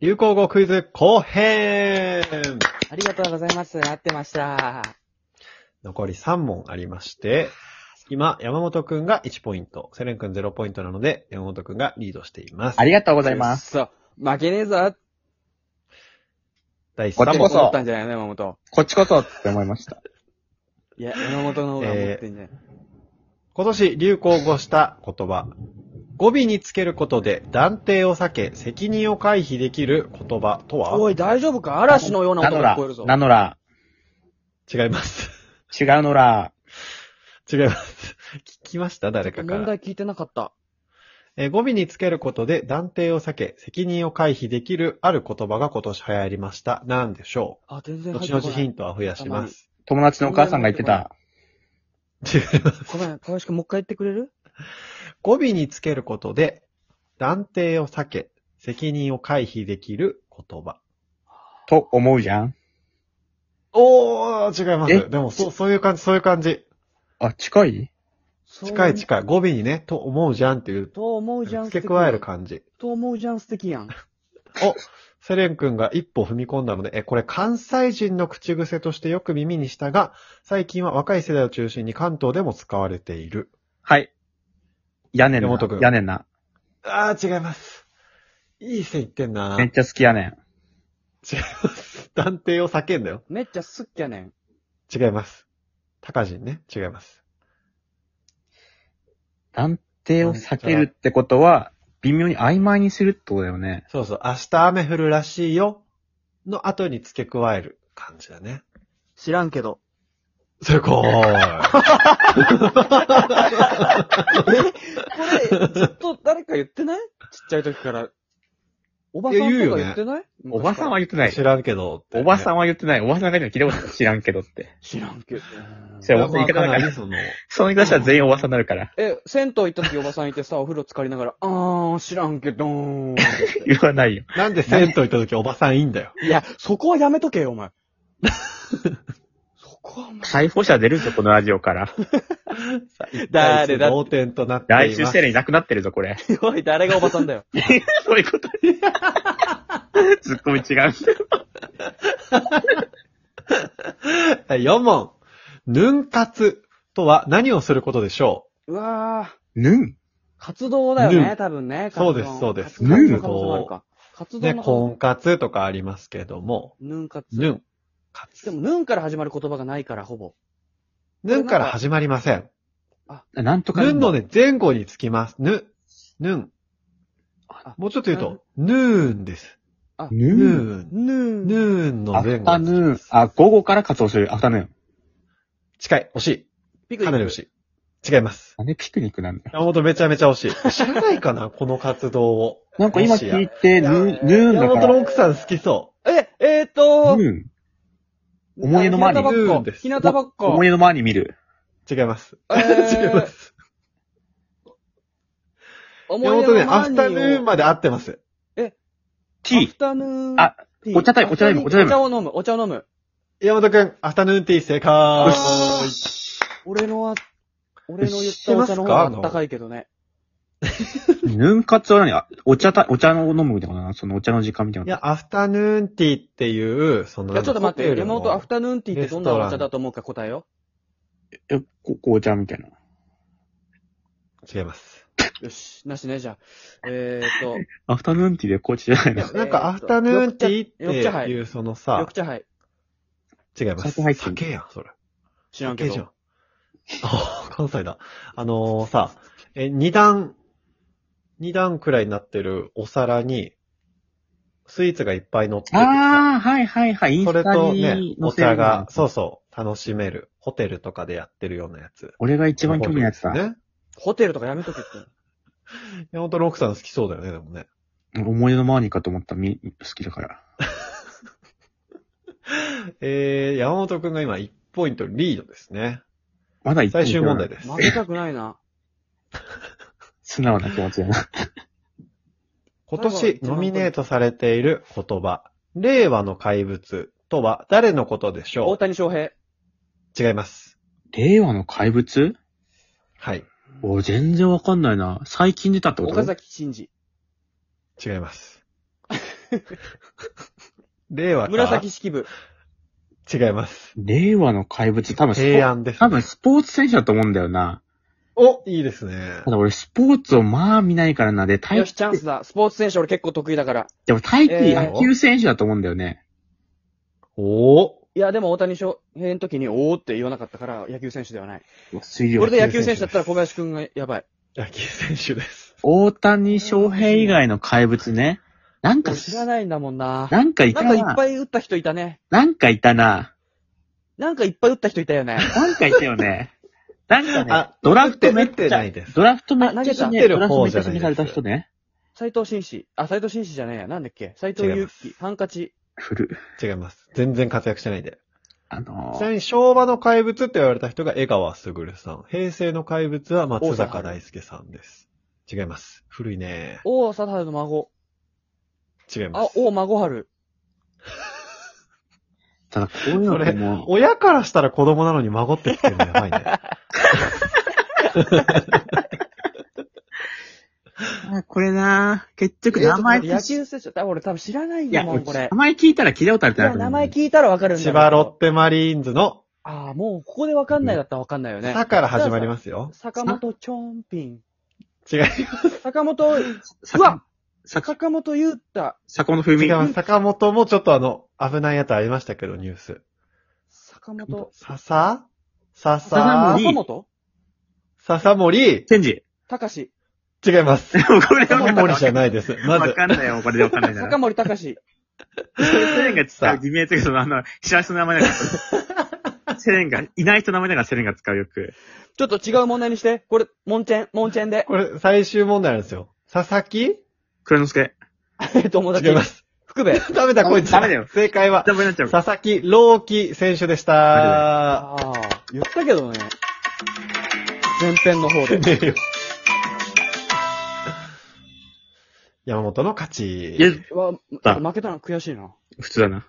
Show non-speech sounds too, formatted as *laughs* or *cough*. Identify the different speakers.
Speaker 1: 流行語クイズ後編
Speaker 2: ありがとうございます。合ってました。
Speaker 1: 残り3問ありまして、今、山本くんが1ポイント、セレンくん0ポイントなので、山本くんがリードしています。
Speaker 3: ありがとうご
Speaker 2: ご
Speaker 3: ざいます。
Speaker 2: す。そう。負けねえぞ。
Speaker 1: 第
Speaker 3: こっ
Speaker 1: 3
Speaker 3: ち
Speaker 2: 思
Speaker 3: こ
Speaker 1: 問。
Speaker 3: そ
Speaker 2: ったんじゃないの山本。
Speaker 3: こっちこそって思いました。
Speaker 2: いや、山本の方が思ってんじゃない、
Speaker 1: 今年流行語した言葉。語尾につけることで断定を避け、責任を回避できる言葉とは
Speaker 2: おい、大丈夫か嵐のような
Speaker 3: な
Speaker 2: 音
Speaker 3: の
Speaker 2: が
Speaker 3: ら
Speaker 2: 聞こえるぞ、。
Speaker 3: なのら、
Speaker 1: 違います。 *laughs*
Speaker 3: 違うのら、
Speaker 1: 違います。聞きました誰かか
Speaker 2: 問
Speaker 1: ら。
Speaker 2: 題聞いてなかった。
Speaker 1: えー語尾につけることで断定を避け、責任を回避できるある言葉が今年流行りました。何でしょ
Speaker 2: あ、全
Speaker 1: う
Speaker 2: 然入っ
Speaker 1: 後
Speaker 2: てこ
Speaker 1: 々
Speaker 2: ない。
Speaker 1: ヒントは増やします。
Speaker 3: 友達のお母さんが言ってた、
Speaker 1: 違います。
Speaker 2: ごめん、かわしくんもう一回言ってくれる
Speaker 1: *laughs* 語尾につけることで断定を避け、責任を回避できる言葉。
Speaker 3: と思うじゃん
Speaker 1: おー、違いま
Speaker 3: え
Speaker 1: す。でも、そう、そういう感じ、そういう感じ。
Speaker 3: あ、近い
Speaker 1: 近い
Speaker 2: い。
Speaker 1: 近い。語尾にね、と思うじゃんっていう、
Speaker 2: と思うじゃん素
Speaker 1: 付
Speaker 2: 敵。
Speaker 1: け加える。感じ。
Speaker 2: と思うじゃん素敵やん。
Speaker 1: お、セレン君が一歩踏み込んだので、え、これ関西人の口癖としてよく耳にしたが、最近は若い世代を中心に関東でも使われている。
Speaker 3: はい。やねん
Speaker 1: 山
Speaker 3: な
Speaker 1: 本君。
Speaker 3: やねんな。
Speaker 1: あー、違います。いい線いってんな
Speaker 3: めっちゃ好きやねん。
Speaker 1: 違います。断定を避けんだよ。
Speaker 2: めっちゃすっきゃねん。
Speaker 1: 違います。高人ね。違います。
Speaker 3: 断定を避けるってことは、微妙に曖昧にするってことだよね。
Speaker 1: そうそう。明日雨降るらしいよ。の後に付け加える感じだね。
Speaker 2: 知らんけど。
Speaker 1: すごーい。
Speaker 2: これ、ずっと誰か言ってないちっちゃい時から。おばさんと
Speaker 1: いや言うよ
Speaker 2: か
Speaker 1: ね
Speaker 2: 言ってない
Speaker 3: おばさんは言ってない
Speaker 1: 知。らんけどってね、
Speaker 3: おばさんは言ってない。おばさんが言ってない。聞いたことない知らんけどって。 *laughs*
Speaker 2: 知らんけど。
Speaker 3: それおばさん言い方だ
Speaker 1: か
Speaker 3: からら。
Speaker 1: その、
Speaker 3: その言い方したら全員おばさんになるから。 *laughs*
Speaker 2: え、銭湯行った時おばさんいてさ、お風呂浸かりながら、あー、知らんけどーんって言っ
Speaker 3: 言わないよ。
Speaker 1: なんで銭湯行った時おばさんいいん *laughs* だよ。
Speaker 2: て。いや、そこはやめとけよ、お前。そこはお前。
Speaker 3: 逮捕者出るぞ、このラジオ *laughs* から。
Speaker 2: 誰だ
Speaker 1: 同点となっています。
Speaker 3: 来週セレンいなくなってるぞ、これ。 *laughs*
Speaker 2: おい、誰がおばさんだよ。
Speaker 3: そういう *laughs* こと。ツッコミ違う。
Speaker 1: 第4問。ヌン活とは何をすることでしょ
Speaker 2: うわー、
Speaker 3: ぬん
Speaker 2: 活動だよ
Speaker 1: ぬ
Speaker 2: ね、多分ね。
Speaker 1: そうですそうです
Speaker 2: 活動
Speaker 3: ぬ
Speaker 2: の可能性もあるか。
Speaker 1: う
Speaker 2: 活動
Speaker 1: ね、
Speaker 2: の可能
Speaker 1: 婚活とかありますけども、
Speaker 2: ぬん活。
Speaker 1: ヌン
Speaker 2: で
Speaker 1: 活。
Speaker 2: も、ぬんから始まる言葉がないから、ほぼ。
Speaker 1: ヌンから始まりません。
Speaker 3: なんとか
Speaker 1: ヌンのね、前後につきます。ヌ、ヌン。
Speaker 2: あ
Speaker 1: もうちょっと言うと、ヌーンです。
Speaker 3: ぬ
Speaker 1: ヌ
Speaker 3: ん。
Speaker 1: ーン。
Speaker 2: ぬん。
Speaker 1: ヌーンの
Speaker 3: ア
Speaker 1: 前後につ
Speaker 3: フ
Speaker 1: き
Speaker 3: タ
Speaker 1: ます
Speaker 3: ヌーン。あ、午後から活動する。アフタヌーン。
Speaker 1: 近い。惜し
Speaker 2: ピク
Speaker 1: い。か
Speaker 2: ニ
Speaker 1: なり
Speaker 2: ッ
Speaker 1: 惜
Speaker 2: ク。
Speaker 1: しい。違います。
Speaker 3: なんでピクニックなんだよ。
Speaker 1: 山本めちゃめちゃ惜しい。知らない *laughs* かなこの活動を。
Speaker 3: なんか今聞いて、ヌーン、ヌーンだ
Speaker 1: 山本
Speaker 3: か
Speaker 1: の
Speaker 3: ら。
Speaker 1: 奥さん好きそ
Speaker 2: え、えーっと、
Speaker 3: ヌーン。思い出の前に
Speaker 2: ひなたばっ
Speaker 1: うん
Speaker 2: こ
Speaker 1: です
Speaker 2: ひなたばっこ
Speaker 3: 思い。出の前に見る。
Speaker 1: う。違います。*laughs*
Speaker 2: え
Speaker 1: 違い
Speaker 2: ー
Speaker 1: ます。
Speaker 2: 思
Speaker 1: 山本ね、アフ
Speaker 2: 前
Speaker 1: タ
Speaker 2: に
Speaker 1: ヌーンまで合ってます。
Speaker 2: ア
Speaker 3: T
Speaker 2: フ。タヌーン。
Speaker 3: あ、お茶タイムお茶タイムお茶タイ
Speaker 2: お
Speaker 3: ム
Speaker 2: 茶を飲む、お茶を飲む。
Speaker 1: 山本くん、アフタヌーンティー正解。
Speaker 3: よ
Speaker 2: 俺のは、俺の言っ
Speaker 1: 知ったて
Speaker 2: お
Speaker 1: ます
Speaker 2: 茶
Speaker 1: か
Speaker 2: の方があったかいけどね。
Speaker 3: ヌン活は何あお茶た、お茶を飲むみたいな。そのお茶の時間みたい
Speaker 1: い
Speaker 3: な。
Speaker 1: や、アフタヌーンティーっていう、その
Speaker 2: いや、ちょっと待って、山本アフ
Speaker 1: タ
Speaker 2: タヌーンティーってどんなお茶だと思うか答えよ
Speaker 3: え、こ紅茶みたいな。
Speaker 1: 違います。
Speaker 2: う。よし、なしね、じゃあ。えーっと、
Speaker 3: アフタヌーンティーで紅茶じゃない
Speaker 2: いや
Speaker 3: の。
Speaker 1: なんか、アフタヌーンティー
Speaker 2: 緑茶
Speaker 1: っていう、そのさ
Speaker 2: 緑、茶杯。
Speaker 1: 違います。
Speaker 3: 酒入ってる
Speaker 1: 酒やん、それ。
Speaker 2: 知らんけ
Speaker 1: 酒じゃ
Speaker 2: ど。
Speaker 1: ん。あ、関西だ。あのーさ、え、二段、二段くらいになってるお皿に、スイーツがいっぱい乗ってて
Speaker 3: あー、はいはいはい。イン
Speaker 1: それ
Speaker 3: スタ
Speaker 1: とね
Speaker 3: に、載
Speaker 1: お茶
Speaker 3: せるみたいな
Speaker 1: が、。そうそう、楽しめる。ホテルとかでやってるようなやつ。
Speaker 3: 俺が一番興味のやつだ。
Speaker 1: ね。
Speaker 2: ホテルとかやめとけって。
Speaker 1: 山本の奥さん好きそうだよね、でもね。
Speaker 3: 思い出の前にかと思った。み、好きだから。
Speaker 1: えー、山本くんが今1ポイントリードですね。
Speaker 3: まだ一
Speaker 1: 最終問題
Speaker 3: で。
Speaker 1: です。
Speaker 2: 負けたくない *laughs* な。
Speaker 3: 素直な気持ちだな。
Speaker 1: 今年ノミネートされている言葉、令和の怪物とは誰のことでしょ
Speaker 2: 大
Speaker 1: う
Speaker 2: 谷翔平。
Speaker 1: 違います。
Speaker 3: 令和の怪物
Speaker 1: はい。
Speaker 3: 俺全然わかんないな。最近出たってこと
Speaker 2: 岡崎慎二。
Speaker 1: 違います。令和か
Speaker 2: 紫式部。
Speaker 1: 違います。
Speaker 3: 令和の怪物、多分スポ
Speaker 1: 平安です、
Speaker 3: 多分スポーツ選手だと思うんだよな。
Speaker 1: お、いいですね
Speaker 3: た。だ俺スポーツをまあ見ないからな。で、
Speaker 2: よ
Speaker 3: 体
Speaker 2: し、チャンスだ。スポーツ選手俺結構得意だから。
Speaker 3: でも体育
Speaker 2: え
Speaker 1: ー
Speaker 3: 野球選手だと思うんだよね。
Speaker 1: おお
Speaker 2: いや、でも大谷翔平の時に、おーって言わなかったから、野球選手ではない。
Speaker 3: 水量
Speaker 2: これ。で野球選手だったら小林くんがやばい。
Speaker 1: 野球選手です。
Speaker 3: 大谷翔平以外の怪物ね。なんか、
Speaker 2: 知らないんだもんな。
Speaker 3: なんかい
Speaker 2: な
Speaker 3: た
Speaker 2: んかいっ
Speaker 3: な。
Speaker 2: ぱい打った人いたね。
Speaker 3: なんかいたな。
Speaker 2: なんかいっぱい打った人いたよね。
Speaker 3: なんかいたよね。なんかね
Speaker 1: あ、
Speaker 3: ドラフトめっ
Speaker 1: 打って
Speaker 3: ち
Speaker 1: な
Speaker 3: ゃ
Speaker 1: いです、
Speaker 3: ドラフトめっ
Speaker 2: あ投
Speaker 3: ち
Speaker 2: げ
Speaker 3: ゃ
Speaker 2: ちゃっ
Speaker 3: 指
Speaker 1: て
Speaker 3: 名、
Speaker 1: る
Speaker 3: ドラフト
Speaker 1: 方
Speaker 3: めっ
Speaker 1: じ
Speaker 3: ち
Speaker 1: ゃ
Speaker 3: ゃ
Speaker 1: ない
Speaker 3: 指
Speaker 1: です
Speaker 3: 名された人ね。
Speaker 2: 斎藤紳士。あ、斎藤紳士じゃねえや。なんだっけ斎藤
Speaker 1: 違い
Speaker 2: 祐
Speaker 1: ま
Speaker 2: 樹。ハンカチ。
Speaker 3: 古い。
Speaker 1: 違います。全然活躍してないんで。
Speaker 3: あの
Speaker 1: ちな
Speaker 3: ー、
Speaker 1: みに昭和の怪物って言われた人が江川卓さん。平成の怪物は松坂大輔さんです。違います。古いね。
Speaker 2: 王貞治の孫。
Speaker 1: 違いま
Speaker 2: あ、
Speaker 1: す。
Speaker 2: 王孫春。
Speaker 3: ただこういう
Speaker 1: そ
Speaker 3: のって
Speaker 1: れ
Speaker 3: も、う、
Speaker 1: 親からしたら子供なのに孫って来てるのやばいね。
Speaker 3: あこれな結局名前
Speaker 2: えーちょっと待って野球選手。多分俺多分知らないん
Speaker 3: い
Speaker 2: だ
Speaker 3: や、
Speaker 2: もん、こ
Speaker 3: 名
Speaker 2: れ。
Speaker 3: 前聞いたら聞いたことあるっ
Speaker 2: い
Speaker 3: てな
Speaker 2: や、
Speaker 3: ると思
Speaker 2: 名
Speaker 3: う。
Speaker 2: 前聞いたらわかるんだけ
Speaker 1: 千
Speaker 2: ど。
Speaker 1: 葉ロッテマリーンズの、
Speaker 2: ああ、もうここでわかんないだったらわかんないよね。
Speaker 1: さから始まりますよ。
Speaker 2: 坂本チョンピン。
Speaker 1: 違い
Speaker 2: 坂本、うわ
Speaker 3: 坂坂
Speaker 2: 坂本優太。
Speaker 3: 坂本冬
Speaker 1: 違い
Speaker 3: 美。
Speaker 1: ます。坂本もちょっとあの、危ないやつありましたけど、ニュース。
Speaker 2: 坂本。
Speaker 1: 笹笹
Speaker 3: 笹森
Speaker 1: 笹
Speaker 2: 坂本
Speaker 1: 森
Speaker 3: 千 *laughs* 治。
Speaker 2: 高志。
Speaker 1: 違います。
Speaker 3: でもこれ
Speaker 1: 笹森じゃないです。ま
Speaker 3: *laughs* わ
Speaker 1: ず、
Speaker 3: かんないよ、これでわかんないな
Speaker 2: 坂
Speaker 3: ら。
Speaker 2: 森高志。
Speaker 3: セレンが使う偽名というか、その、あの、知らせの名前だから。セレンが、いない人の名前だからセレンが使うよく。
Speaker 2: ちょっと違う問題にして。これ、モンチェン、モンチェンで。 *laughs*
Speaker 1: これ最終問題なんですよ。佐々木 *laughs*
Speaker 3: 黒之助。
Speaker 2: 友達
Speaker 1: 違い。ます。
Speaker 2: 福部。
Speaker 1: ダメだ、こいつ。
Speaker 3: ダメだよ。
Speaker 1: 正解は、
Speaker 3: ダメになっちゃう。
Speaker 1: 佐々木朗希選手でした。
Speaker 2: ああ、言ったけどね。前編の方で。
Speaker 1: ねえ *laughs* よ山本の勝ち。
Speaker 3: いや、
Speaker 2: うわ、
Speaker 3: だ
Speaker 2: 負けたの悔しいな。
Speaker 3: 普通だな。